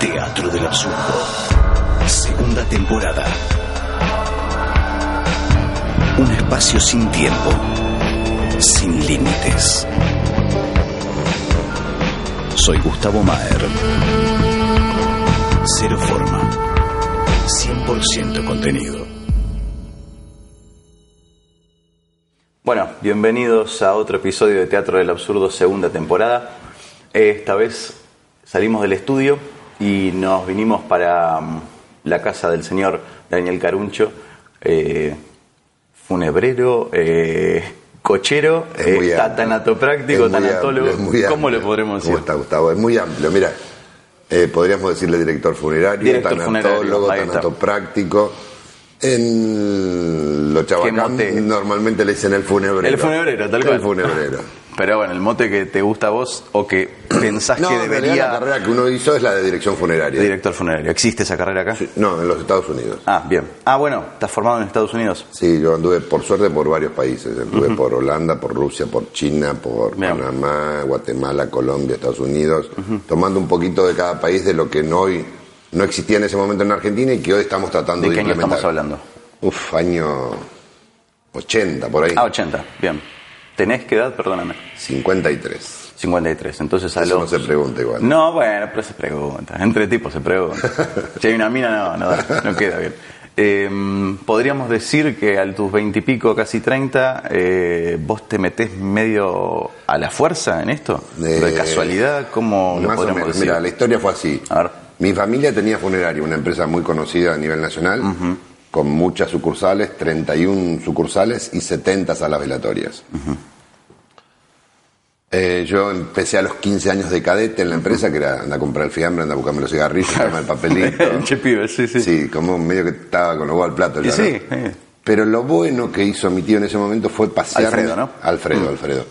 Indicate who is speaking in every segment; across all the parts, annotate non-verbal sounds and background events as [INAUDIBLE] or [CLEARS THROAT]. Speaker 1: Teatro del Absurdo. Segunda temporada. Un espacio sin tiempo, sin límites. Soy Gustavo Maher. Cero forma. 100% contenido.
Speaker 2: Bueno, bienvenidos a otro episodio de Teatro del Absurdo, segunda temporada. Eh, Esta vez salimos del estudio y nos vinimos para mm, la casa del señor Daniel Caruncho, eh, funebrero, eh, cochero,
Speaker 3: Es muy
Speaker 2: eh,
Speaker 3: amplio.
Speaker 2: tanatopráctico,
Speaker 3: Es muy
Speaker 2: tanatólogo.
Speaker 3: amplio, es muy
Speaker 2: ¿Cómo
Speaker 3: amplio.
Speaker 2: lo podremos
Speaker 3: ¿Cómo
Speaker 2: decir?
Speaker 3: está, Gustavo? Es muy amplio. Mira, eh, podríamos decirle director funerario,
Speaker 2: Director
Speaker 3: tanatólogo,
Speaker 2: funerario, ahí está.
Speaker 3: tanatopráctico. En los chabacán
Speaker 2: mote?
Speaker 3: normalmente le dicen el funebrero.
Speaker 2: El funebrero, tal cual.
Speaker 3: El funebrero.
Speaker 2: Pero bueno, el mote que te gusta a vos o que
Speaker 3: [CLEARS THROAT]
Speaker 2: pensás
Speaker 3: No,
Speaker 2: que
Speaker 3: en realidad la
Speaker 2: debería...
Speaker 3: carrera que uno hizo es la de dirección funeraria.
Speaker 2: Director funerario. ¿Existe esa carrera acá?
Speaker 3: No, en los Estados Unidos.
Speaker 2: Ah, bien. Ah, bueno, estás formado en Estados Unidos.
Speaker 3: Sí, yo anduve, por suerte, por varios países. Anduve por Holanda, por Rusia, por China, por
Speaker 2: Bien.
Speaker 3: Panamá, Guatemala, Colombia, Estados Unidos, tomando un poquito de cada país de lo que no hoy no existía en ese momento en Argentina y que hoy estamos tratando
Speaker 2: ¿De
Speaker 3: de,
Speaker 2: qué año
Speaker 3: implementar.
Speaker 2: estamos hablando?
Speaker 3: Uf, año 80, por ahí.
Speaker 2: Ah, 80, bien. ¿Tenés qué edad? Perdóname.
Speaker 3: 53.
Speaker 2: 53, entonces a
Speaker 3: Eso no
Speaker 2: los...
Speaker 3: se pregunta igual.
Speaker 2: No, bueno, pero se pregunta. Entre tipos
Speaker 3: [LAUGHS]
Speaker 2: se pregunta. Si hay una mina, no, no, da, no queda bien. Eh, Podríamos decir que a tus 20 y pico, casi 30, eh, vos te metés medio a la fuerza en esto.
Speaker 3: Eh,
Speaker 2: ¿De casualidad? ¿Cómo lo
Speaker 3: Más o
Speaker 2: podríamos
Speaker 3: menos.
Speaker 2: decir?
Speaker 3: Mira, la historia fue así.
Speaker 2: A ver.
Speaker 3: Mi familia tenía funerario, una empresa muy conocida a nivel nacional, con muchas sucursales, 31 sucursales y 70 salas velatorias. Eh, yo empecé a los 15 años de cadete en la empresa, que era anda a comprar el fiambre, anda a buscarme los
Speaker 2: [LAUGHS]
Speaker 3: cigarrillos, anda el papelito.
Speaker 2: che, pibe, sí, sí.
Speaker 3: Sí, como medio que estaba con los huevos al plato.
Speaker 2: Y
Speaker 3: ya,
Speaker 2: sí,
Speaker 3: ¿no?
Speaker 2: eh.
Speaker 3: Pero lo bueno que hizo mi tío en ese momento fue pasearme.
Speaker 2: Alfredo, ¿no? Mm.
Speaker 3: Alfredo, Alfredo.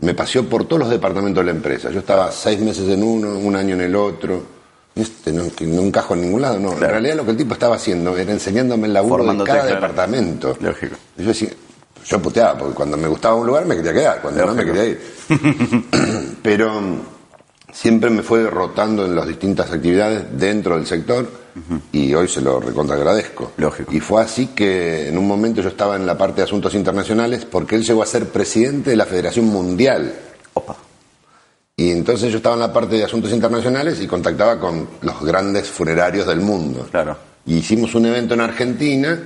Speaker 3: Me paseó por todos los departamentos de la empresa. Yo estaba seis meses en uno, un año en el otro. Este, no, que no encajo en ningún lado, no. En
Speaker 2: Claro.
Speaker 3: realidad lo que el tipo estaba haciendo era enseñándome el laburo
Speaker 2: Formándote,
Speaker 3: de cada
Speaker 2: claro.
Speaker 3: departamento.
Speaker 2: Lógico.
Speaker 3: Y yo decía, yo puteaba, porque cuando me gustaba un lugar me quería quedar, cuando no me
Speaker 2: Lógico.
Speaker 3: quería ir.
Speaker 2: [LAUGHS]
Speaker 3: Pero um, siempre me fue rotando en las distintas actividades dentro del sector y hoy se lo recontra agradezco.
Speaker 2: Lógico.
Speaker 3: Y fue así que en un momento yo estaba en la parte de asuntos internacionales porque él llegó a ser presidente de la Federación Mundial.
Speaker 2: Opa.
Speaker 3: Y entonces yo estaba en la parte de asuntos internacionales y contactaba con los grandes funerarios del mundo.
Speaker 2: Claro.
Speaker 3: Y hicimos un evento en Argentina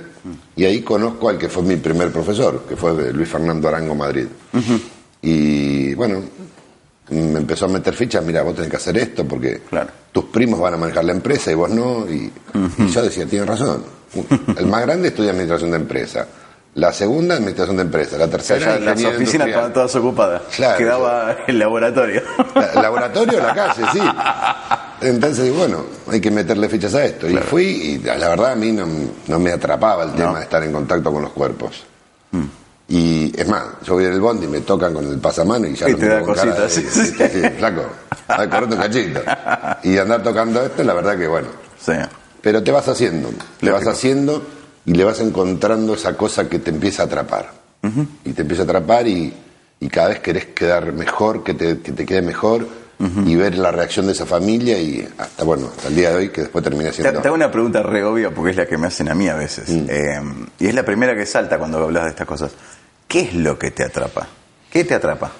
Speaker 3: y ahí conozco al que fue mi primer profesor, que fue Luis Fernando Arango Madrid. Y bueno, me empezó a meter fichas, mira, vos tenés que hacer esto porque
Speaker 2: Claro.
Speaker 3: tus primos van a manejar la empresa y vos no. Y, y yo decía, tienes razón. El más grande estudia administración de empresa. La segunda, administración de empresa. La
Speaker 2: O sea,
Speaker 3: tercera,
Speaker 2: ya las
Speaker 3: ingeniería
Speaker 2: oficinas
Speaker 3: industrial.
Speaker 2: estaban todas ocupadas.
Speaker 3: Claro,
Speaker 2: Quedaba el
Speaker 3: [LAUGHS]
Speaker 2: laboratorio.
Speaker 3: La- laboratorio o la calle, sí. Entonces, bueno, hay que meterle fichas a esto. Y fui, y la verdad a mí no, no me atrapaba el tema
Speaker 2: No. Mm.
Speaker 3: de estar en contacto con los cuerpos. Y es más, yo voy en el bondi y me tocan con el pasamano y ya
Speaker 2: Y
Speaker 3: lo
Speaker 2: te
Speaker 3: miro
Speaker 2: da
Speaker 3: con cara
Speaker 2: cositas,
Speaker 3: de-
Speaker 2: sí, sí.
Speaker 3: de- de-
Speaker 2: [LAUGHS]
Speaker 3: Flaco, a correte un cachito. Y andar tocando esto, la verdad que bueno.
Speaker 2: sí.
Speaker 3: Pero te vas haciendo, te vas
Speaker 2: Lógico.
Speaker 3: haciendo y le vas encontrando esa cosa que te empieza a atrapar. Y te empieza a atrapar y, y cada vez querés quedar mejor, que te, que te quede mejor y ver la reacción de esa familia y hasta, bueno, hasta el día de hoy que después termina
Speaker 2: Te,
Speaker 3: siendo...
Speaker 2: te hago una pregunta re obvia porque es la que me hacen a mí a veces. Eh, y es la primera que salta cuando hablas de estas cosas. ¿Qué es lo que te atrapa? ¿Qué te atrapa?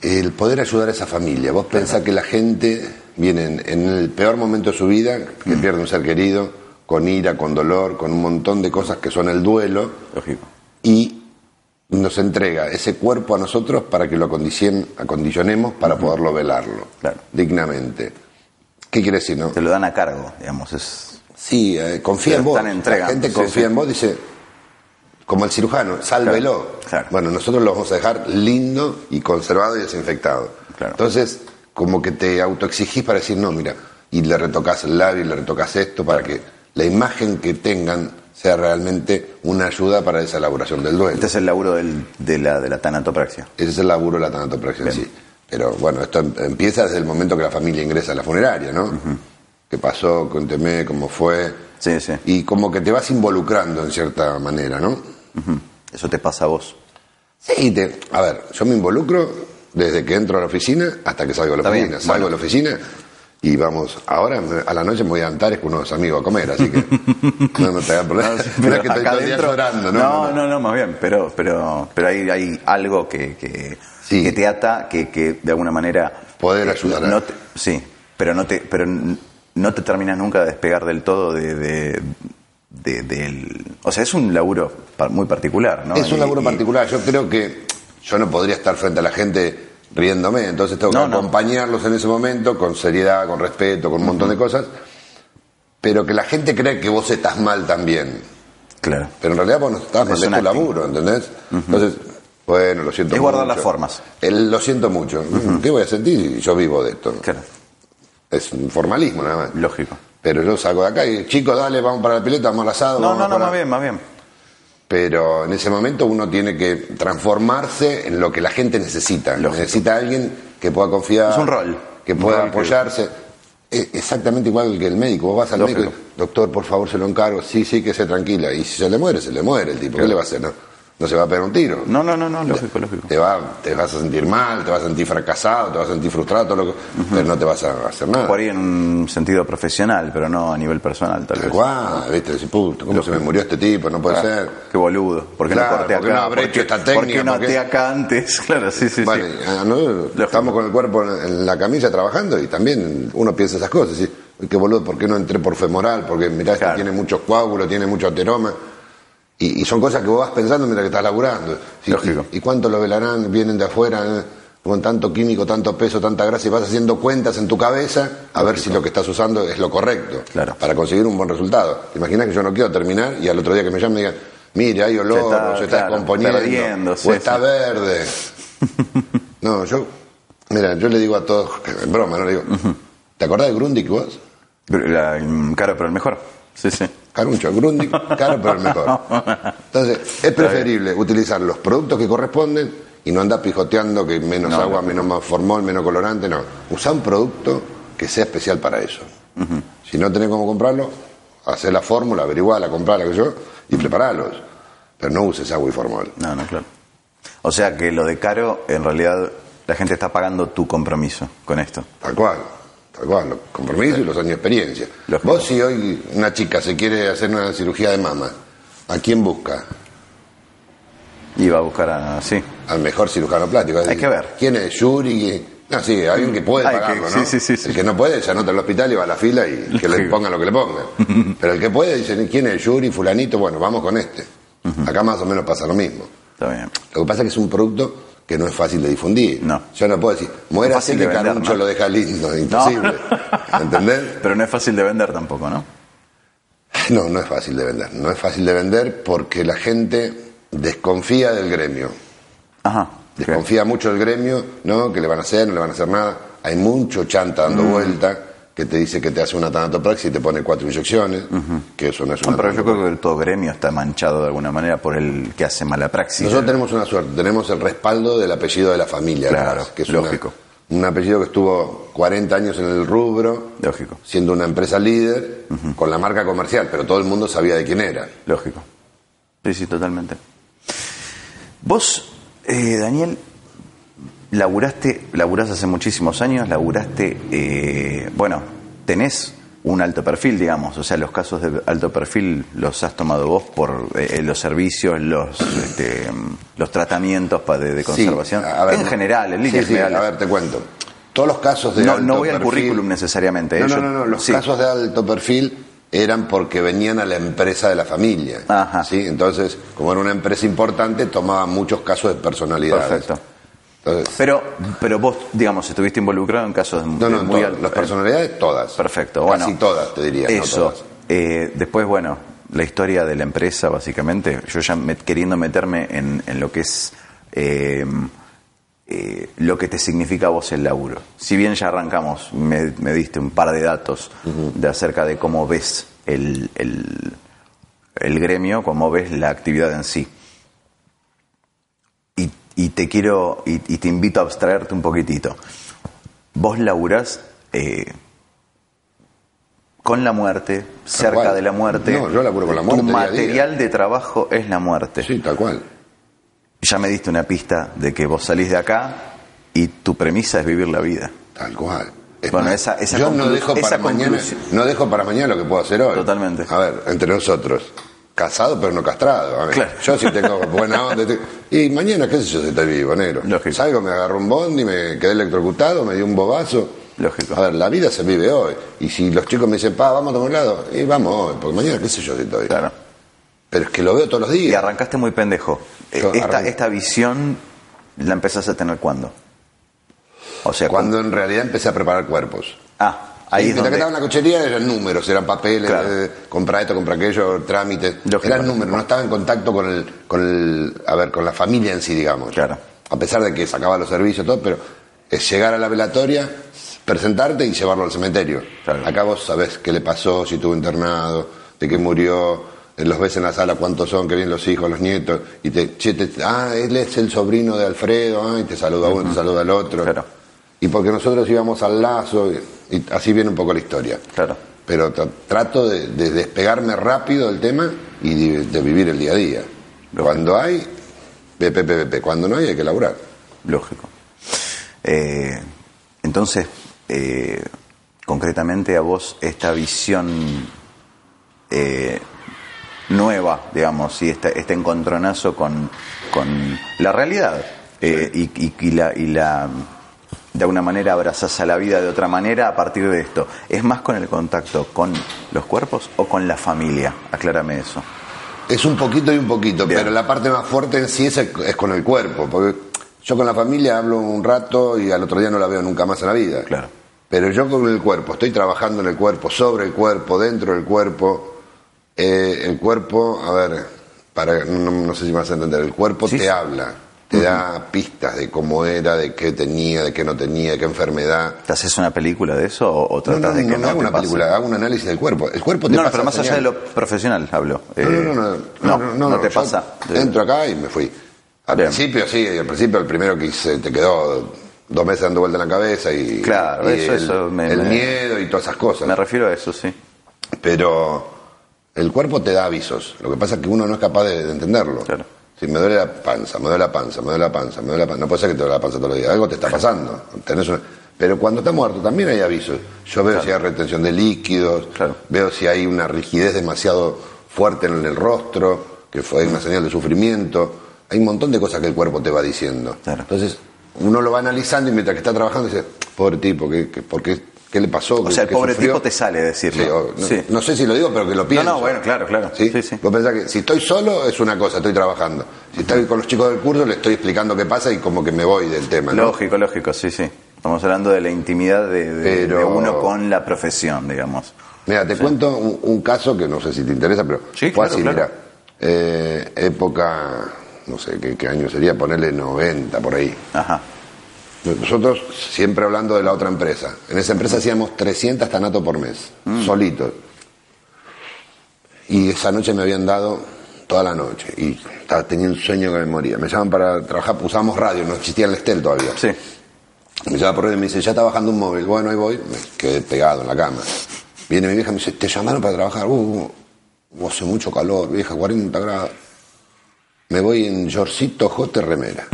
Speaker 3: El poder ayudar a esa familia. Vos pensás que la gente viene en, en el peor momento de su vida, que pierde un ser querido, con ira, con dolor, con un montón de cosas que son el duelo.
Speaker 2: Lógico.
Speaker 3: y nos entrega ese cuerpo a nosotros para que lo acondicien- acondicionemos para poderlo velarlo
Speaker 2: Claro.
Speaker 3: dignamente. ¿Qué quiere decir, no?
Speaker 2: Te lo dan a cargo, digamos. Es...
Speaker 3: Sí, eh, confía
Speaker 2: Te
Speaker 3: en
Speaker 2: lo
Speaker 3: vos.
Speaker 2: están
Speaker 3: La
Speaker 2: entregando,
Speaker 3: gente
Speaker 2: sí,
Speaker 3: confía
Speaker 2: sí.
Speaker 3: en vos, dice, como el cirujano, sálvelo.
Speaker 2: Claro, claro.
Speaker 3: Bueno, nosotros lo vamos a dejar lindo y conservado y desinfectado.
Speaker 2: Claro.
Speaker 3: Entonces, como que te autoexigís para decir, no, mira, y le retocas el labio y le retocas esto para que la imagen que tengan sea realmente una ayuda para esa elaboración del duelo.
Speaker 2: Este es el laburo del- de, la, de la tanatopraxia.
Speaker 3: Ese es el laburo de la tanatopraxia en
Speaker 2: Bien.
Speaker 3: sí. Pero bueno, esto em- empieza desde el momento que la familia ingresa a la funeraria, ¿no? ¿Qué pasó? Cuénteme cómo fue.
Speaker 2: Sí, sí.
Speaker 3: Y como que te vas involucrando en cierta manera, ¿no?
Speaker 2: Eso te pasa a vos.
Speaker 3: Sí, te- a ver, yo me involucro desde que entro a la oficina hasta que salgo de la
Speaker 2: Está bien,
Speaker 3: oficina. Salgo de la oficina Y vamos, ahora me- a la noche me voy a Antares con unos amigos a comer, así que
Speaker 2: [LAUGHS]
Speaker 3: no, no te hagas problema. [LAUGHS] No es que estoy
Speaker 2: acá
Speaker 3: todo el día
Speaker 2: adentro-
Speaker 3: llorando, ¿no?
Speaker 2: No, no, no, más bien, pero, pero, pero hay, hay algo que, que,
Speaker 3: Sí.
Speaker 2: que te ata, que, que de alguna manera... eh,
Speaker 3: Poder ayudar a-
Speaker 2: no te- sí, pero no te, pero n- no te terminas nunca de despegar del todo de... de- de- del, o sea, es un laburo par- muy particular, ¿no?
Speaker 3: Es un
Speaker 2: Y-
Speaker 3: laburo
Speaker 2: y-
Speaker 3: particular. Yo creo que yo no podría estar frente a la gente riéndome, entonces tengo que
Speaker 2: No, no.
Speaker 3: acompañarlos en ese momento con seriedad, con respeto, con un montón de cosas. Pero que la gente cree que vos estás mal también.
Speaker 2: Claro.
Speaker 3: Pero en realidad vos no estás mal,
Speaker 2: Es
Speaker 3: es
Speaker 2: un
Speaker 3: tu
Speaker 2: acting.
Speaker 3: laburo, ¿entendés? Entonces, bueno, lo siento
Speaker 2: Es
Speaker 3: mucho.
Speaker 2: guardar las formas.
Speaker 3: El- lo siento mucho. Mm, ¿Qué voy a sentir? Yo vivo de esto.
Speaker 2: Claro,
Speaker 3: Es un formalismo nada más.
Speaker 2: lógico.
Speaker 3: Pero yo salgo de acá y, chicos, dale, vamos para la pileta, vamos al asado.
Speaker 2: No,
Speaker 3: vamos
Speaker 2: no, no,
Speaker 3: para-
Speaker 2: más bien, más bien.
Speaker 3: Pero en ese momento uno tiene que transformarse en lo que la gente necesita.
Speaker 2: Lógico.
Speaker 3: Necesita a alguien que pueda confiar.
Speaker 2: Es un rol.
Speaker 3: Que
Speaker 2: Un
Speaker 3: pueda
Speaker 2: rol que-
Speaker 3: apoyarse. Es exactamente igual que el médico. Vos vas al
Speaker 2: Lógico.
Speaker 3: médico y, doctor, por favor, se lo encargo. Sí, sí, que se tranquila. Y si se le muere, se le muere el tipo. ¿Qué le va a hacer? No, no se va a pegar un tiro.
Speaker 2: No, no, no, no, lógico, lógico.
Speaker 3: Te, va, te vas a sentir mal, te vas a sentir fracasado, te vas a sentir frustrado, todo lo que- pero no te vas a hacer nada.
Speaker 2: Por ahí en un sentido profesional, pero no a nivel personal, tal
Speaker 3: Tal
Speaker 2: vez.
Speaker 3: cual, ¿viste? Decís, puto, ¿cómo se me murió este tipo? No puede ser.
Speaker 2: Qué boludo. ¿Por qué
Speaker 3: Claro,
Speaker 2: no corté
Speaker 3: ¿por qué
Speaker 2: acá?
Speaker 3: no habré hecho esta
Speaker 2: ¿Por qué
Speaker 3: técnica?
Speaker 2: no
Speaker 3: ¿Por qué?
Speaker 2: até acá antes? [LAUGHS] Claro, sí, sí,
Speaker 3: Vale,
Speaker 2: sí.
Speaker 3: ah, no, estamos con el cuerpo en, en la camisa trabajando y también uno piensa esas cosas. ¿sí? Uy, Qué boludo, ¿por qué no entré por femoral? Porque mirá, este
Speaker 2: Claro.
Speaker 3: tiene muchos coágulos, tiene mucho ateroma. Y, y son cosas que vos vas pensando mientras que estás laburando. ¿sí?
Speaker 2: Lógico.
Speaker 3: ¿Y, y cuánto lo velarán? Vienen de afuera eh, con tanto químico, tanto peso, tanta grasa y vas haciendo cuentas en tu cabeza a ver si lo que estás usando es lo correcto
Speaker 2: Claro.
Speaker 3: para conseguir un buen resultado. ¿Te imaginas que yo no quiero terminar y al otro día que me llamen me digan, mire, hay olor,
Speaker 2: Se está,
Speaker 3: o se está
Speaker 2: claro,
Speaker 3: descomponiendo,
Speaker 2: perdiendo, sí,
Speaker 3: o está
Speaker 2: sí. [LAUGHS]
Speaker 3: verde? No, yo. Mira, yo le digo a todos, en broma, no le digo. ¿Te acordás de Grundig vos?
Speaker 2: Pero la- mm, claro, pero el mejor. Sí, sí.
Speaker 3: Caruncho, Grundig, caro pero el
Speaker 2: [LAUGHS]
Speaker 3: mejor. Entonces, es preferible utilizar los productos que corresponden y no andar pijoteando que menos
Speaker 2: No,
Speaker 3: agua,
Speaker 2: no.
Speaker 3: menos más formol, menos colorante, no. Usa un producto que sea especial para eso. Si no tenés cómo comprarlo, hacé la fórmula, averiguala, comprala, que yo, y preparalos. Pero no uses agua y formol.
Speaker 2: No, no, claro. O sea que lo de caro, en realidad, la gente está pagando tu compromiso con esto.
Speaker 3: Tal cual, tal cual, los compromisos y los años de experiencia.
Speaker 2: Lógico.
Speaker 3: Vos si hoy una chica se quiere hacer una cirugía de mama, ¿a quién busca?
Speaker 2: Y va a buscar a. Sí.
Speaker 3: Al mejor cirujano plástico. Es
Speaker 2: Hay
Speaker 3: decir,
Speaker 2: que ver.
Speaker 3: ¿Quién es? Yuri. Ah, sí, alguien que puede
Speaker 2: Hay que-
Speaker 3: pagarlo,
Speaker 2: sí,
Speaker 3: ¿no?
Speaker 2: sí, sí, sí.
Speaker 3: El que no puede se anota al hospital y va a la fila y que le
Speaker 2: Lógico.
Speaker 3: pongan lo que le
Speaker 2: [LAUGHS]
Speaker 3: pongan. Pero el que puede dice, ¿quién es? Yuri, fulanito, bueno, vamos con este. Acá más o menos pasa lo mismo.
Speaker 2: Está bien.
Speaker 3: Lo que pasa es que es un producto que no es fácil de difundir.
Speaker 2: No.
Speaker 3: Yo no puedo decir, muera así
Speaker 2: fácil
Speaker 3: que
Speaker 2: de vender,
Speaker 3: Caruncho
Speaker 2: ¿no?
Speaker 3: lo deja lindo, imposible. ¿Entendés?
Speaker 2: Pero no es fácil de vender tampoco, ¿no?
Speaker 3: [LAUGHS] No, no es fácil de vender. No es fácil de vender porque la gente desconfía del gremio.
Speaker 2: Ajá.
Speaker 3: Desconfía mucho del gremio, ¿no? Que le van a hacer, no le van a hacer nada. Hay mucho chanta dando
Speaker 2: Mm.
Speaker 3: vuelta que te dice que te hace una tanatopraxia y te pone cuatro inyecciones, que eso no es
Speaker 2: No,
Speaker 3: una
Speaker 2: pero yo creo que todo gremio está manchado de alguna manera por el que hace mala praxis.
Speaker 3: Nosotros tenemos una suerte, tenemos el respaldo del apellido de la familia,
Speaker 2: Claro,
Speaker 3: además, que es una-
Speaker 2: lógico.
Speaker 3: un apellido que estuvo 40 años en el rubro,
Speaker 2: Lógico,
Speaker 3: siendo una empresa líder, con la marca comercial, pero todo el mundo sabía de quién era.
Speaker 2: lógico. Sí, sí, totalmente. Vos, eh, Daniel, laburaste, laburás hace muchísimos años, laburaste, eh, bueno, tenés un alto perfil, digamos, o sea, los casos de alto perfil los has tomado vos por eh, los servicios, los este, los tratamientos pa- de, de
Speaker 3: Sí,
Speaker 2: conservación,
Speaker 3: a ver,
Speaker 2: en
Speaker 3: no-
Speaker 2: general, en
Speaker 3: sí,
Speaker 2: líneas
Speaker 3: sí,
Speaker 2: generales.
Speaker 3: A ver, te cuento. Todos los casos de
Speaker 2: no,
Speaker 3: alto
Speaker 2: no voy al
Speaker 3: perfil-
Speaker 2: currículum necesariamente.
Speaker 3: No,
Speaker 2: eh,
Speaker 3: no,
Speaker 2: yo-
Speaker 3: no, no, los
Speaker 2: sí.
Speaker 3: casos de alto perfil eran porque venían a la empresa de la familia.
Speaker 2: Ajá.
Speaker 3: ¿sí? Entonces, como era una empresa importante, tomaba muchos casos de personalidades.
Speaker 2: Perfecto.
Speaker 3: Entonces,
Speaker 2: Pero, pero vos, digamos, estuviste involucrado en casos
Speaker 3: no, no,
Speaker 2: de
Speaker 3: en
Speaker 2: muy
Speaker 3: todas,
Speaker 2: alto-
Speaker 3: las personalidades todas.
Speaker 2: Perfecto,
Speaker 3: Casi
Speaker 2: bueno.
Speaker 3: todas, te diría. no
Speaker 2: Eso.
Speaker 3: todas.
Speaker 2: Eh, después, bueno, la historia de la empresa, básicamente. Yo ya me- queriendo meterme en, en lo que es eh, eh, lo que te significa a vos el laburo. Si bien ya arrancamos, me, me diste un par de datos de acerca de cómo ves el, el, el gremio, cómo ves la actividad en sí. Y, y te quiero, y, y te invito a abstraerte un poquitito. Vos laburás eh, con la muerte, cerca
Speaker 3: cual.
Speaker 2: de la muerte.
Speaker 3: No, yo laburo con la muerte
Speaker 2: Tu
Speaker 3: día a día.
Speaker 2: material de trabajo es la muerte.
Speaker 3: Sí, tal cual.
Speaker 2: Ya me diste una pista de que vos salís de acá y tu premisa es vivir la vida.
Speaker 3: Tal cual. Es
Speaker 2: Bueno,
Speaker 3: más,
Speaker 2: esa- esa
Speaker 3: yo no
Speaker 2: conclu-
Speaker 3: dejo, para
Speaker 2: esa
Speaker 3: mañana,
Speaker 2: conclusión-
Speaker 3: no dejo para mañana lo que puedo hacer hoy.
Speaker 2: Totalmente.
Speaker 3: A ver, entre nosotros. Casado pero no castrado. A ver,
Speaker 2: Claro.
Speaker 3: Yo sí
Speaker 2: [LAUGHS]
Speaker 3: tengo buena onda. te- Y mañana, qué sé yo, si estoy vivo, negro.
Speaker 2: Lógico.
Speaker 3: Salgo, me agarro un bondi, me quedé electrocutado, me dio un bobazo.
Speaker 2: Lógico.
Speaker 3: A ver, la vida se vive hoy. Y si los chicos me dicen, pa, vamos a tomar un lado, y vamos hoy, porque mañana, qué sé yo, si estoy vivo.
Speaker 2: Claro.
Speaker 3: Pero es que lo veo todos los
Speaker 2: Y
Speaker 3: días.
Speaker 2: arrancaste muy pendejo. Eh,
Speaker 3: Yo
Speaker 2: Esta,
Speaker 3: arranqué.
Speaker 2: esta visión la empezás a tener cuándo? O sea,
Speaker 3: Cuando en realidad empecé a preparar cuerpos.
Speaker 2: cu- Ah, ahí
Speaker 3: Y mientras que
Speaker 2: es donde...
Speaker 3: estaba en la cochería eran números, eran papeles,
Speaker 2: Claro.
Speaker 3: eh, compra esto, compra aquello, trámites.
Speaker 2: Lógico.
Speaker 3: Eran números, no estaba en contacto con el, con el, a ver, con la familia en sí, digamos.
Speaker 2: Claro.
Speaker 3: A pesar de que sacaba los servicios, todo, pero es llegar a la velatoria, presentarte y llevarlo al cementerio.
Speaker 2: Claro.
Speaker 3: Acá vos sabés qué le pasó, si tuvo internado, de qué murió, eh, los ves en la sala cuántos son, que vienen los hijos, los nietos, y te, che, te- ah, él es el sobrino de Alfredo, ah, y te saluda uno, te saluda el otro.
Speaker 2: Claro.
Speaker 3: Y porque nosotros íbamos al lazo, y, y así viene un poco la historia.
Speaker 2: Claro.
Speaker 3: Pero tra- trato de, de despegarme rápido del tema y de, de vivir el día a día.
Speaker 2: Lógico.
Speaker 3: Cuando hay, pepe, pepe, pepe. Cuando no hay, hay que laburar.
Speaker 2: Lógico. Eh, entonces, eh, concretamente a vos esta visión eh, nueva, digamos, y este, este encontronazo con, con la realidad eh, y, y- y la... y la- de alguna manera abrazás a la vida de otra manera a partir de esto. ¿Es más con el contacto con los cuerpos o con la familia? Aclárame eso.
Speaker 3: Es un poquito y un poquito,
Speaker 2: Bien.
Speaker 3: pero la parte más fuerte en sí es, es con el cuerpo. Porque yo con la familia hablo un rato y al otro día no la veo nunca más en la vida.
Speaker 2: Claro.
Speaker 3: Pero yo con el cuerpo, estoy trabajando en el cuerpo, sobre el cuerpo, dentro del cuerpo. Eh, el cuerpo, a ver, para, no, no sé si me vas a entender, el cuerpo
Speaker 2: Sí,
Speaker 3: te
Speaker 2: sí.
Speaker 3: habla, te da pistas de cómo era, de qué tenía, de qué no tenía, de qué enfermedad.
Speaker 2: ¿Te haces una película de eso o, o
Speaker 3: No,
Speaker 2: tratas
Speaker 3: no,
Speaker 2: de que
Speaker 3: no,
Speaker 2: no,
Speaker 3: no hago
Speaker 2: te
Speaker 3: una
Speaker 2: pase?
Speaker 3: película, hago un análisis del cuerpo. El cuerpo te
Speaker 2: No, no,
Speaker 3: pasa
Speaker 2: pero más allá de
Speaker 3: señales.
Speaker 2: lo profesional hablo.
Speaker 3: No,
Speaker 2: Eh,
Speaker 3: no, no, no,
Speaker 2: no, no te
Speaker 3: yo
Speaker 2: pasa.
Speaker 3: Entro acá y me fui. Al
Speaker 2: Bien.
Speaker 3: principio sí, al principio el primero que hice te quedó dos meses dando vuelta en la cabeza y,
Speaker 2: Claro,
Speaker 3: y
Speaker 2: eso-
Speaker 3: el,
Speaker 2: eso me-
Speaker 3: el
Speaker 2: me-
Speaker 3: miedo y todas esas cosas.
Speaker 2: Me refiero a eso, sí.
Speaker 3: Pero el cuerpo te da avisos. Lo que pasa es que uno no es capaz de, de entenderlo.
Speaker 2: Claro.
Speaker 3: Si me duele la panza, me duele la panza, me duele la panza, me duele la panza. No puede ser que te duele la panza todos los días. Algo te está pasando. Tenés una- Pero cuando está muerto también hay avisos. Yo veo si hay retención de líquidos,
Speaker 2: Claro.
Speaker 3: veo si hay una rigidez demasiado fuerte en el rostro, que fue una señal de sufrimiento. Hay un montón de cosas que el cuerpo te va diciendo.
Speaker 2: Claro.
Speaker 3: Entonces, uno lo va analizando y mientras que está trabajando dice, pobre tipo, ¿qué, qué- por qué, qué le pasó?
Speaker 2: O sea, el pobre tipo te
Speaker 3: sale
Speaker 2: sale
Speaker 3: Sí, o-
Speaker 2: decirlo.
Speaker 3: no,
Speaker 2: Sí.
Speaker 3: no sé si lo digo, pero que lo pienso.
Speaker 2: No, no, bueno, claro, claro.
Speaker 3: ¿Sí?
Speaker 2: Sí, sí.
Speaker 3: Vos pensás que si estoy solo es una cosa, estoy trabajando. Si estoy con los chicos del curso, le estoy explicando qué pasa y como que me voy del tema. ¿no?
Speaker 2: Lógico, lógico, sí, sí. Estamos hablando de la intimidad de, de-
Speaker 3: Pero-
Speaker 2: de uno con la profesión, digamos.
Speaker 3: Mira, te cuento un, un caso que no sé si te interesa, pero
Speaker 2: Sí,
Speaker 3: fue
Speaker 2: claro,
Speaker 3: así,
Speaker 2: claro.
Speaker 3: mira. Eh, época, no sé qué, qué año sería, ponerle 90 por ahí.
Speaker 2: Ajá.
Speaker 3: Nosotros siempre hablando de la otra empresa. En esa empresa hacíamos 300 tanatos por mes, solitos. Y esa noche me habían dado toda la noche. Y estaba- tenía un sueño que me moría. Me llaman para trabajar, pues usábamos radio, no existía el Estel todavía.
Speaker 2: Sí.
Speaker 3: Me llama por radio y me dice, ya está bajando un móvil. Bueno, ahí voy. Me quedé pegado en la cama. Viene mi vieja y me dice, te llamaron para trabajar. Uh, uh, hace mucho calor, vieja, 40 grados. Me voy en yorcito, jote, remera.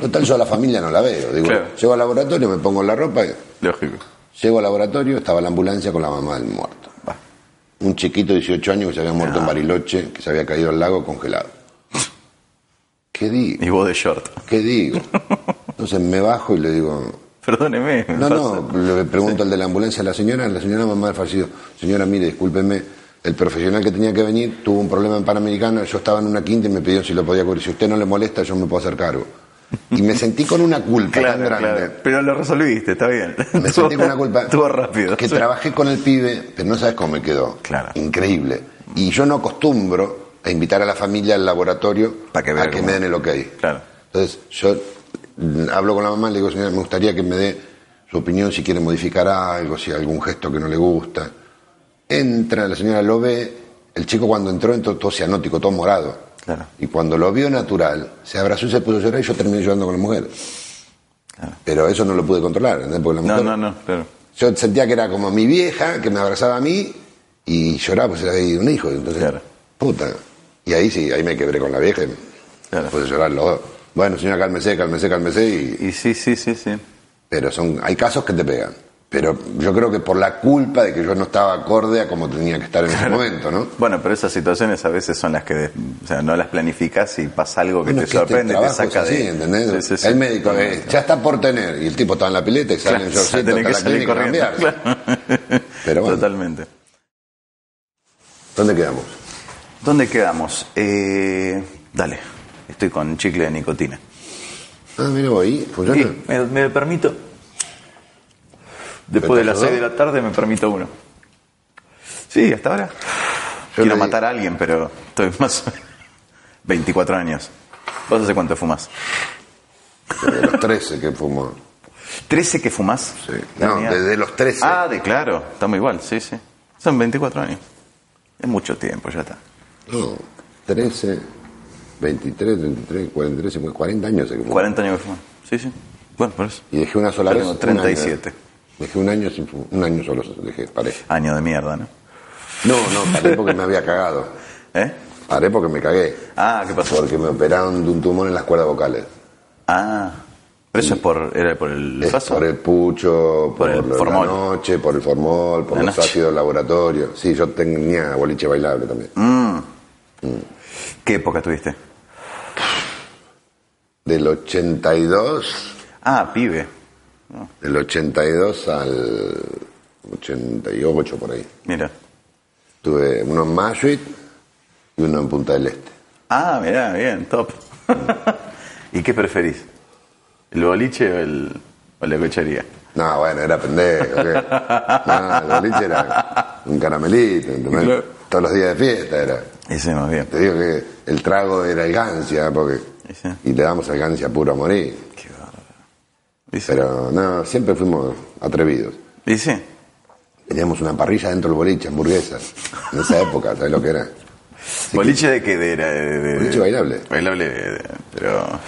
Speaker 3: Total, yo a la familia no la veo. Digo,
Speaker 2: Claro.
Speaker 3: llego al laboratorio, me pongo la ropa. y-
Speaker 2: Lógico.
Speaker 3: Llego al laboratorio, estaba la ambulancia con la mamá del muerto.
Speaker 2: Va.
Speaker 3: Un chiquito de 18 años que se había muerto
Speaker 2: Ah.
Speaker 3: en Bariloche, que se había caído al lago congelado. ¿Qué digo?
Speaker 2: Y vos de short.
Speaker 3: ¿Qué digo? Entonces me bajo y le digo,
Speaker 2: Perdóneme. me
Speaker 3: no,
Speaker 2: pasa.
Speaker 3: no, le pregunto al de la ambulancia, la señora, la señora mamá del fallecido, señora, mire, discúlpeme, el profesional que tenía que venir tuvo un problema en Panamericana, yo estaba en una quinta y me pidió si lo podía cubrir, si usted no le molesta, yo me puedo hacer cargo. Y me sentí con una culpa tan
Speaker 2: Claro,
Speaker 3: grande.
Speaker 2: claro. Pero lo resolviste, está bien. [LAUGHS]
Speaker 3: Me sentí con una culpa.
Speaker 2: Estuvo rápido.
Speaker 3: Que
Speaker 2: Sí.
Speaker 3: trabajé con el pibe, pero no sabes cómo me quedó.
Speaker 2: Claro.
Speaker 3: Increíble. Y yo no acostumbro a invitar a la familia al laboratorio
Speaker 2: Pa' que vea
Speaker 3: a que
Speaker 2: cómo-
Speaker 3: me den el ok.
Speaker 2: Claro.
Speaker 3: Entonces, yo mm, hablo con la mamá, le digo, señora, me gustaría que me dé su opinión si quiere modificar algo, si hay algún gesto que no le gusta. Entra, la señora lo ve, el chico cuando entró entró todo cianótico, todo morado.
Speaker 2: Claro.
Speaker 3: Y cuando lo vio natural, se abrazó y se puso a llorar y yo terminé llorando con la mujer. Pero eso no lo pude controlar, ¿entendés? Porque la
Speaker 2: No,
Speaker 3: mujer-
Speaker 2: no, no, claro.
Speaker 3: yo sentía que era como mi vieja, que me abrazaba a mí y lloraba, pues era ahí un hijo. Entonces,
Speaker 2: Claro.
Speaker 3: puta. Y ahí sí, ahí me quebré con la vieja y
Speaker 2: Claro.
Speaker 3: me puse a llorar los dos. Bueno, señora, cálmese, cálmese, cálmese. Y,
Speaker 2: Y sí, sí, sí, sí.
Speaker 3: pero son, hay casos que te pegan. Pero yo creo que por la culpa de que yo no estaba acorde a como tenía que estar en ese momento, ¿no?
Speaker 2: Bueno, pero esas situaciones a veces son las que, de- o sea, no las planificas y pasa algo que
Speaker 3: Bueno,
Speaker 2: te
Speaker 3: es que este
Speaker 2: sorprende, te
Speaker 3: trabajo es
Speaker 2: saca
Speaker 3: así,
Speaker 2: de.
Speaker 3: ¿entendés?
Speaker 2: Sí, sí, sí.
Speaker 3: El médico eh, ya está por tener, y el tipo está en la pileta y sale
Speaker 2: Claro,
Speaker 3: en shortcito
Speaker 2: tenés
Speaker 3: hasta
Speaker 2: que
Speaker 3: la
Speaker 2: salir
Speaker 3: clínica a
Speaker 2: corriendo.
Speaker 3: cambiarse.
Speaker 2: claro.
Speaker 3: [LAUGHS] Pero bueno.
Speaker 2: Totalmente.
Speaker 3: ¿Dónde quedamos?
Speaker 2: ¿Dónde quedamos? Eh, dale, estoy con chicle de nicotina.
Speaker 3: Ah, mira, voy ahí. Pues yo
Speaker 2: Sí,
Speaker 3: no-
Speaker 2: me, me permito. Después de las
Speaker 3: ayudó?
Speaker 2: 6 de la tarde me permito uno. Sí, hasta ahora.
Speaker 3: le
Speaker 2: Quiero
Speaker 3: di-
Speaker 2: matar a alguien, pero estoy más. [LAUGHS] 24 años. ¿Vos hace cuánto fumas?
Speaker 3: Desde los 13 que fumo.
Speaker 2: ¿13 que fumas?
Speaker 3: Sí. No, desde los 13.
Speaker 2: Ah, de claro, estamos igual, sí, sí. Son 24 años. Es mucho tiempo, ya está.
Speaker 3: No, 13, 23, 33, 43, 50, 40 años. hace que fumo.
Speaker 2: 40 años que fumas. Sí, sí. Bueno, por eso.
Speaker 3: Y dejé una sola
Speaker 2: Yo
Speaker 3: vez.
Speaker 2: tengo
Speaker 3: un año.
Speaker 2: 37.
Speaker 3: Dejé un año sin fumar. Un año solo dejé, paré.
Speaker 2: Año de mierda, ¿no?
Speaker 3: No, no, [LAUGHS] paré porque me había cagado.
Speaker 2: ¿Eh?
Speaker 3: Paré porque me cagué.
Speaker 2: Ah, ¿qué pasó?
Speaker 3: Porque me operaron de un tumor en las cuerdas vocales.
Speaker 2: Ah. Pero eso es por, era por el
Speaker 3: Es
Speaker 2: faso.
Speaker 3: por el pucho, por,
Speaker 2: Por el
Speaker 3: lo de
Speaker 2: formol.
Speaker 3: la noche, por el formol, por
Speaker 2: La
Speaker 3: los
Speaker 2: noche.
Speaker 3: ácidos laboratorios. Sí, yo tenía boliche bailable también.
Speaker 2: Mm. ¿Qué época tuviste?
Speaker 3: Del 82,
Speaker 2: Ah, pibe.
Speaker 3: del 82 al 88 por ahí.
Speaker 2: Mira.
Speaker 3: Tuve uno en Mashuit y uno en Punta del Este.
Speaker 2: Ah, mirá, bien, top. [LAUGHS] ¿Y qué preferís? ¿El boliche o, el, o la cochería?
Speaker 3: No, bueno, era pendejo.
Speaker 2: [LAUGHS]
Speaker 3: ¿qué? No, el boliche era un caramelito, ¿entendés?
Speaker 2: Claro.
Speaker 3: Todos los días de fiesta era.
Speaker 2: Ese más bien.
Speaker 3: Te digo que el trago era elegancia, porque...
Speaker 2: Ese.
Speaker 3: Y le damos elegancia puro a morir.
Speaker 2: Qué bárbaro. ¿Y sí?
Speaker 3: Pero no, siempre fuimos atrevidos.
Speaker 2: ¿Y sí?
Speaker 3: Teníamos una parrilla dentro del boliche, hamburguesas. En esa época, ¿sabes lo que era?
Speaker 2: ¿Boliche de qué? De, era? de, de-
Speaker 3: Boliche bailable.
Speaker 2: Bailable, de- pero...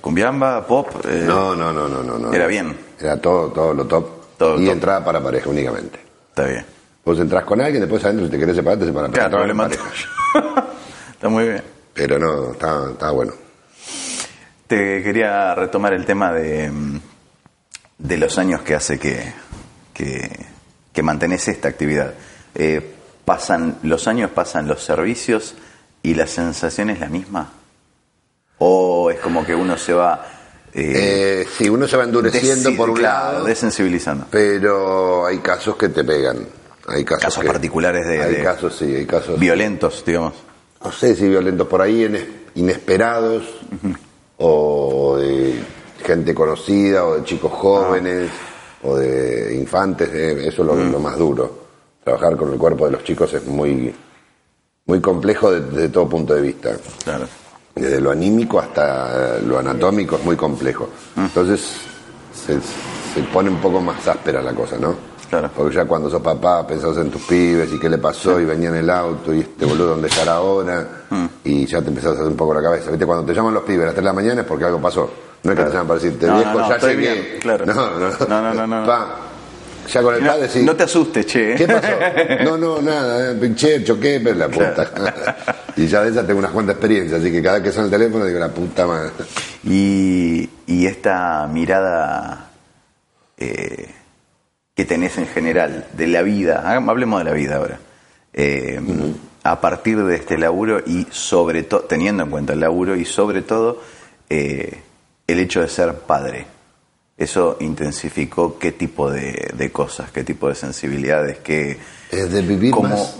Speaker 2: ¿Cumbiamba? ¿Pop? eh,
Speaker 3: No, no, no, no, no. no.
Speaker 2: Era bien.
Speaker 3: Era todo, todo lo top.
Speaker 2: Todo
Speaker 3: y
Speaker 2: top.
Speaker 3: entrada para pareja únicamente.
Speaker 2: Está bien.
Speaker 3: Vos entrás con alguien, después adentro, si te querés separar, te separas.
Speaker 2: Claro,
Speaker 3: Pero entrabas
Speaker 2: problema
Speaker 3: con pareja.
Speaker 2: tuyo. [LAUGHS] Está muy bien.
Speaker 3: Pero no, estaba, estaba bueno.
Speaker 2: Te quería retomar el tema de, mm, de los años que hace que, que, que mantenés esta actividad. Eh, pasan Los años pasan los servicios y la sensación es la misma. O es como que uno se va eh,
Speaker 3: Eh, sí, uno se va endureciendo
Speaker 2: desi-
Speaker 3: por un
Speaker 2: claro,
Speaker 3: lado,
Speaker 2: desensibilizando.
Speaker 3: pero hay casos que te pegan. Hay casos,
Speaker 2: Casos
Speaker 3: que-
Speaker 2: particulares de,
Speaker 3: Hay
Speaker 2: de-
Speaker 3: casos, sí, hay casos.
Speaker 2: violentos, digamos.
Speaker 3: no sé si violentos por ahí, ines- inesperados, o de gente conocida, o de chicos
Speaker 2: Ah.
Speaker 3: jóvenes, o de infantes, eh, eso es lo,
Speaker 2: Mm.
Speaker 3: lo más duro. Trabajar con el cuerpo de los chicos es muy, muy complejo de- desde todo punto de vista.
Speaker 2: Claro.
Speaker 3: Desde lo anímico hasta lo anatómico es muy complejo.
Speaker 2: Mm.
Speaker 3: Entonces se, se pone un poco más áspera la cosa, ¿no?
Speaker 2: Claro.
Speaker 3: Porque ya cuando sos papá pensás en tus pibes y qué le pasó y venía en el auto y este boludo dónde estará ahora
Speaker 2: Mm.
Speaker 3: y ya te empezás a hacer un poco la cabeza. ¿Viste? Cuando te llaman los pibes a las 3 de la mañana es porque algo pasó. No es que te llaman para decirte,
Speaker 2: No, no,
Speaker 3: viejo,
Speaker 2: no,
Speaker 3: ya
Speaker 2: estoy
Speaker 3: llegué.
Speaker 2: bien,
Speaker 3: [LAUGHS]
Speaker 2: claro.
Speaker 3: No, no,
Speaker 2: No, no, no, no.
Speaker 3: Pa, ya con el
Speaker 2: No,
Speaker 3: padre decís,
Speaker 2: no te asustes, che. ¿eh?
Speaker 3: ¿Qué pasó? No, no, nada, eh, che, choqué, pero la puta. Y ya de esa tengo unas cuantas experiencias, así que cada vez que suena el teléfono digo, la puta madre.
Speaker 2: Y, y esta mirada eh, que tenés en general de la vida, hagam- hablemos de la vida ahora, eh, a partir de este laburo y sobre todo, teniendo en cuenta el laburo y sobre todo eh, el hecho de ser padre, eso intensificó qué tipo de, de cosas, qué tipo de sensibilidades, qué...
Speaker 3: Es de vivir
Speaker 2: Como-
Speaker 3: más.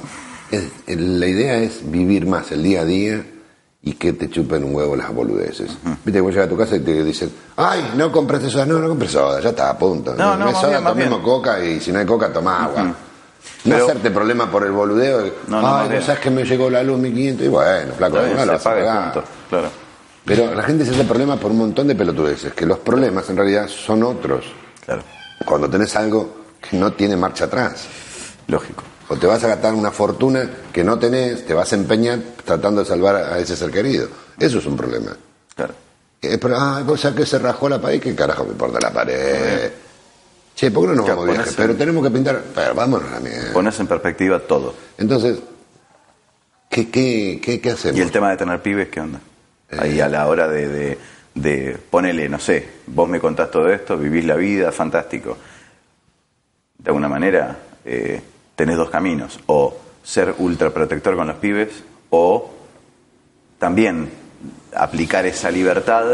Speaker 3: Es- el- la idea es vivir más el día a día y que te chupen un huevo las boludeces. Viste que vos llegas a tu casa y te dicen, ay, no compraste soda, no, no compré soda, ya está, punto.
Speaker 2: No, no,
Speaker 3: hay
Speaker 2: más
Speaker 3: soda,
Speaker 2: bien, más
Speaker 3: tomemos
Speaker 2: bien.
Speaker 3: coca y si no hay coca, toma agua. No
Speaker 2: Pero-
Speaker 3: hacerte problema por el boludeo, de,
Speaker 2: No, no, más
Speaker 3: ay,
Speaker 2: bien.
Speaker 3: no sabes que me llegó la luz 1500, y bueno, flaco,
Speaker 2: Está bien,
Speaker 3: no
Speaker 2: se
Speaker 3: lo vas a
Speaker 2: apaga y
Speaker 3: pagar.
Speaker 2: punto, claro.
Speaker 3: Pero la gente se hace problemas por un montón de pelotudeces, que los problemas en realidad son otros.
Speaker 2: Claro,
Speaker 3: Cuando tenés algo que no tiene marcha atrás.
Speaker 2: lógico.
Speaker 3: O te vas a gastar una fortuna que no tenés, te vas a empeñar tratando de salvar a ese ser querido. Eso es un problema.
Speaker 2: Claro.
Speaker 3: Eh, pero, ah, cosa que se rajó la pared, ¿qué carajo me importa la pared? Che, ¿por qué no nos
Speaker 2: Claro,
Speaker 3: vamos de viaje?
Speaker 2: ponés en-
Speaker 3: Pero tenemos que pintar. Pero vámonos a la mierda.
Speaker 2: Pones en perspectiva todo.
Speaker 3: Entonces, ¿qué, qué, qué, qué hacemos?
Speaker 2: ¿Y el tema de tener pibes qué onda?
Speaker 3: Eh.
Speaker 2: Ahí a la hora de, de, de- ponele, no sé, vos me contás todo esto, vivís la vida, fantástico. de alguna manera eh, tenés dos caminos, o ser ultra protector con los pibes, o también aplicar esa libertad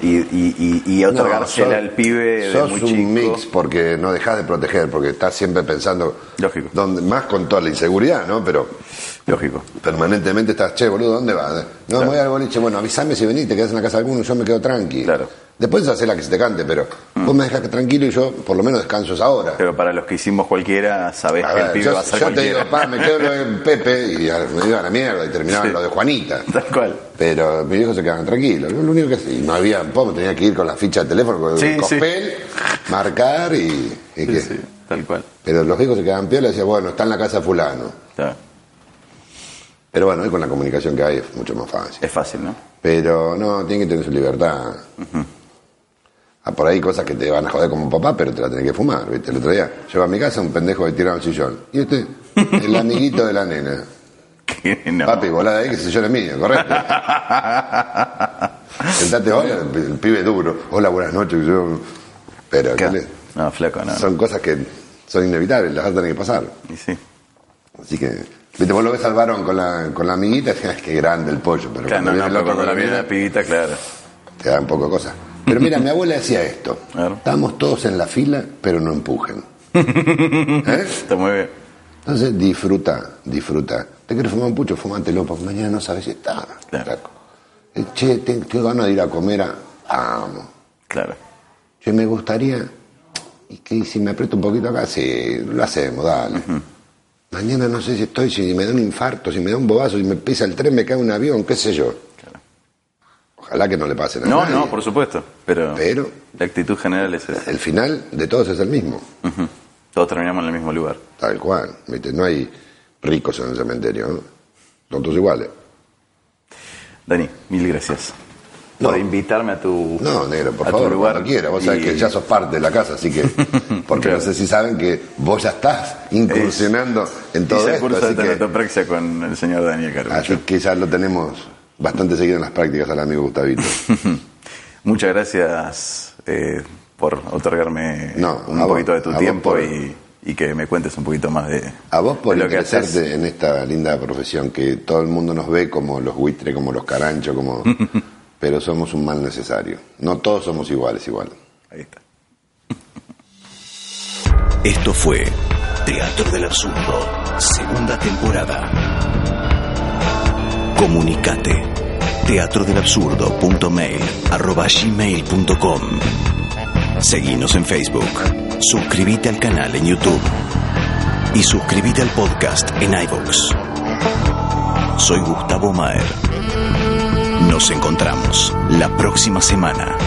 Speaker 2: y, y, y, y otorgársela
Speaker 3: sos-
Speaker 2: al pibe de
Speaker 3: sos
Speaker 2: muy
Speaker 3: un
Speaker 2: chico.
Speaker 3: mix porque no dejas de proteger, porque estás siempre pensando.
Speaker 2: Lógico.
Speaker 3: Donde, más con toda la inseguridad, ¿no? Pero
Speaker 2: Lógico.
Speaker 3: permanentemente estás, che, boludo, ¿dónde vas? No, me voy al boliche. Bueno, avísame si venís, te quedas en la casa de alguno, yo me quedo tranqui.
Speaker 2: Claro. Mm.
Speaker 3: Después hacer la que se te cante, pero vos me dejas tranquilo y yo por lo menos descanso esa hora.
Speaker 2: Pero para los que hicimos cualquiera, sabés
Speaker 3: A
Speaker 2: que el
Speaker 3: ver,
Speaker 2: pibe
Speaker 3: yo
Speaker 2: va a ser
Speaker 3: yo te digo,
Speaker 2: cualquiera.
Speaker 3: pa, me quedo en Pepe y a- me iba a la mierda y terminaban
Speaker 2: Sí.
Speaker 3: lo de Juanita.
Speaker 2: [LAUGHS] Tal cual.
Speaker 3: Pero mis hijos se quedaban tranquilos. Yo Lo único que y no había pomo, tenía que ir con la ficha de teléfono, con
Speaker 2: Sí,
Speaker 3: el
Speaker 2: sí.
Speaker 3: cospel, marcar y, y que-
Speaker 2: Sí, tal cual.
Speaker 3: Pero los hijos se quedaban piola y decían, bueno, está en la casa de fulano.
Speaker 2: Está.
Speaker 3: Pero bueno, hoy con la comunicación que hay es mucho más fácil.
Speaker 2: Es fácil, ¿no? [LAUGHS]
Speaker 3: Pero no, tienen que tener su libertad. Ah, por ahí cosas que te van a joder como papá, pero te la tenés que fumar, ¿viste? El otro día llevo a mi casa un pendejo que tiraba un sillón. Y este,
Speaker 2: [LAUGHS]
Speaker 3: el amiguito de la nena.
Speaker 2: Que no.
Speaker 3: Papi, volá de ahí que el sillón es mío,
Speaker 2: [LAUGHS]
Speaker 3: correcto. Sentate hola, el, pi- el pibe duro. Hola, buenas noches. yo- Pero ¿qué
Speaker 2: Acá.
Speaker 3: le-
Speaker 2: No, flaco, no. no.
Speaker 3: son cosas que son inevitables, las vas a tener que pasar.
Speaker 2: Y sí.
Speaker 3: Así que, viste, vos lo ves al varón con la, con la amiguita, [LAUGHS] y decís, qué grande el pollo, pero
Speaker 2: Claro,
Speaker 3: cuando
Speaker 2: no,
Speaker 3: viene
Speaker 2: no,
Speaker 3: el
Speaker 2: pero
Speaker 3: otro
Speaker 2: cuando
Speaker 3: con
Speaker 2: la
Speaker 3: la
Speaker 2: viene
Speaker 3: mina,
Speaker 2: la pibita, claro.
Speaker 3: te dan poco cosas. Pero mira, mi abuela decía esto.
Speaker 2: [LAUGHS] A ver.
Speaker 3: Estamos todos en la fila, pero no
Speaker 2: [LAUGHS]
Speaker 3: empujen. ¿Eh?
Speaker 2: Está muy bien.
Speaker 3: Entonces disfruta, disfruta. ¿Te quieres fumar un pucho? Fumátelo, porque mañana no sabes si está.
Speaker 2: Claro.
Speaker 3: flaco. Eh, Che, te- tengo ganas de ir a comer a... Vamos.
Speaker 2: Claro.
Speaker 3: Che, me gustaría... ¿Y que si me aprieto un poquito acá? Sí, lo hacemos, dale. Mañana no sé si estoy, si me da un infarto, si me da un bobazo, si me pisa el tren, me cae un avión, qué sé yo. Ojalá que no le pase nada.
Speaker 2: No, no, por supuesto. Pero,
Speaker 3: Pero-
Speaker 2: la actitud general es esa.
Speaker 3: El final de todos es el mismo.
Speaker 2: Ujú. Todos terminamos en el mismo lugar.
Speaker 3: Tal cual. ¿viste? No hay ricos en el cementerio, ¿no? Son todos iguales.
Speaker 2: Dani, mil gracias.
Speaker 3: No.
Speaker 2: Por invitarme a tu
Speaker 3: No, negro, por
Speaker 2: a tu
Speaker 3: favor,
Speaker 2: lugar.
Speaker 3: cuando quiera. Vos sabés
Speaker 2: Y-
Speaker 3: que ya sos parte de la casa, así que.
Speaker 2: [LAUGHS]
Speaker 3: Porque
Speaker 2: Claro.
Speaker 3: no sé si saben que vos ya estás incursionando en todo
Speaker 2: hice el
Speaker 3: esto.
Speaker 2: curso
Speaker 3: Así
Speaker 2: de
Speaker 3: que, Ah.
Speaker 2: tanatopraxia con el señor Daniel Carlos.
Speaker 3: así que ya lo tenemos bastante seguido en las prácticas al amigo Gustavito.
Speaker 2: Muchas gracias eh, por otorgarme
Speaker 3: No,
Speaker 2: un
Speaker 3: a vos-
Speaker 2: poquito de
Speaker 3: a
Speaker 2: tu
Speaker 3: vos
Speaker 2: tiempo
Speaker 3: por-
Speaker 2: y, y que me cuentes un poquito más de,
Speaker 3: A vos por
Speaker 2: de lo que haces.
Speaker 3: interesarte en esta linda profesión que todo el mundo nos ve como los buitres, como los caranchos,
Speaker 2: [LAUGHS]
Speaker 3: como. Pero somos un mal necesario. No todos somos iguales, igual.
Speaker 2: Ahí está.
Speaker 1: Esto fue Teatro del Absurdo, segunda temporada. Comunicate. Teatro del gmail.com. Seguinos en Facebook. Suscríbete al canal en YouTube. Y suscríbete al podcast en iVoox. Soy Gustavo Maer. Nos encontramos la próxima semana.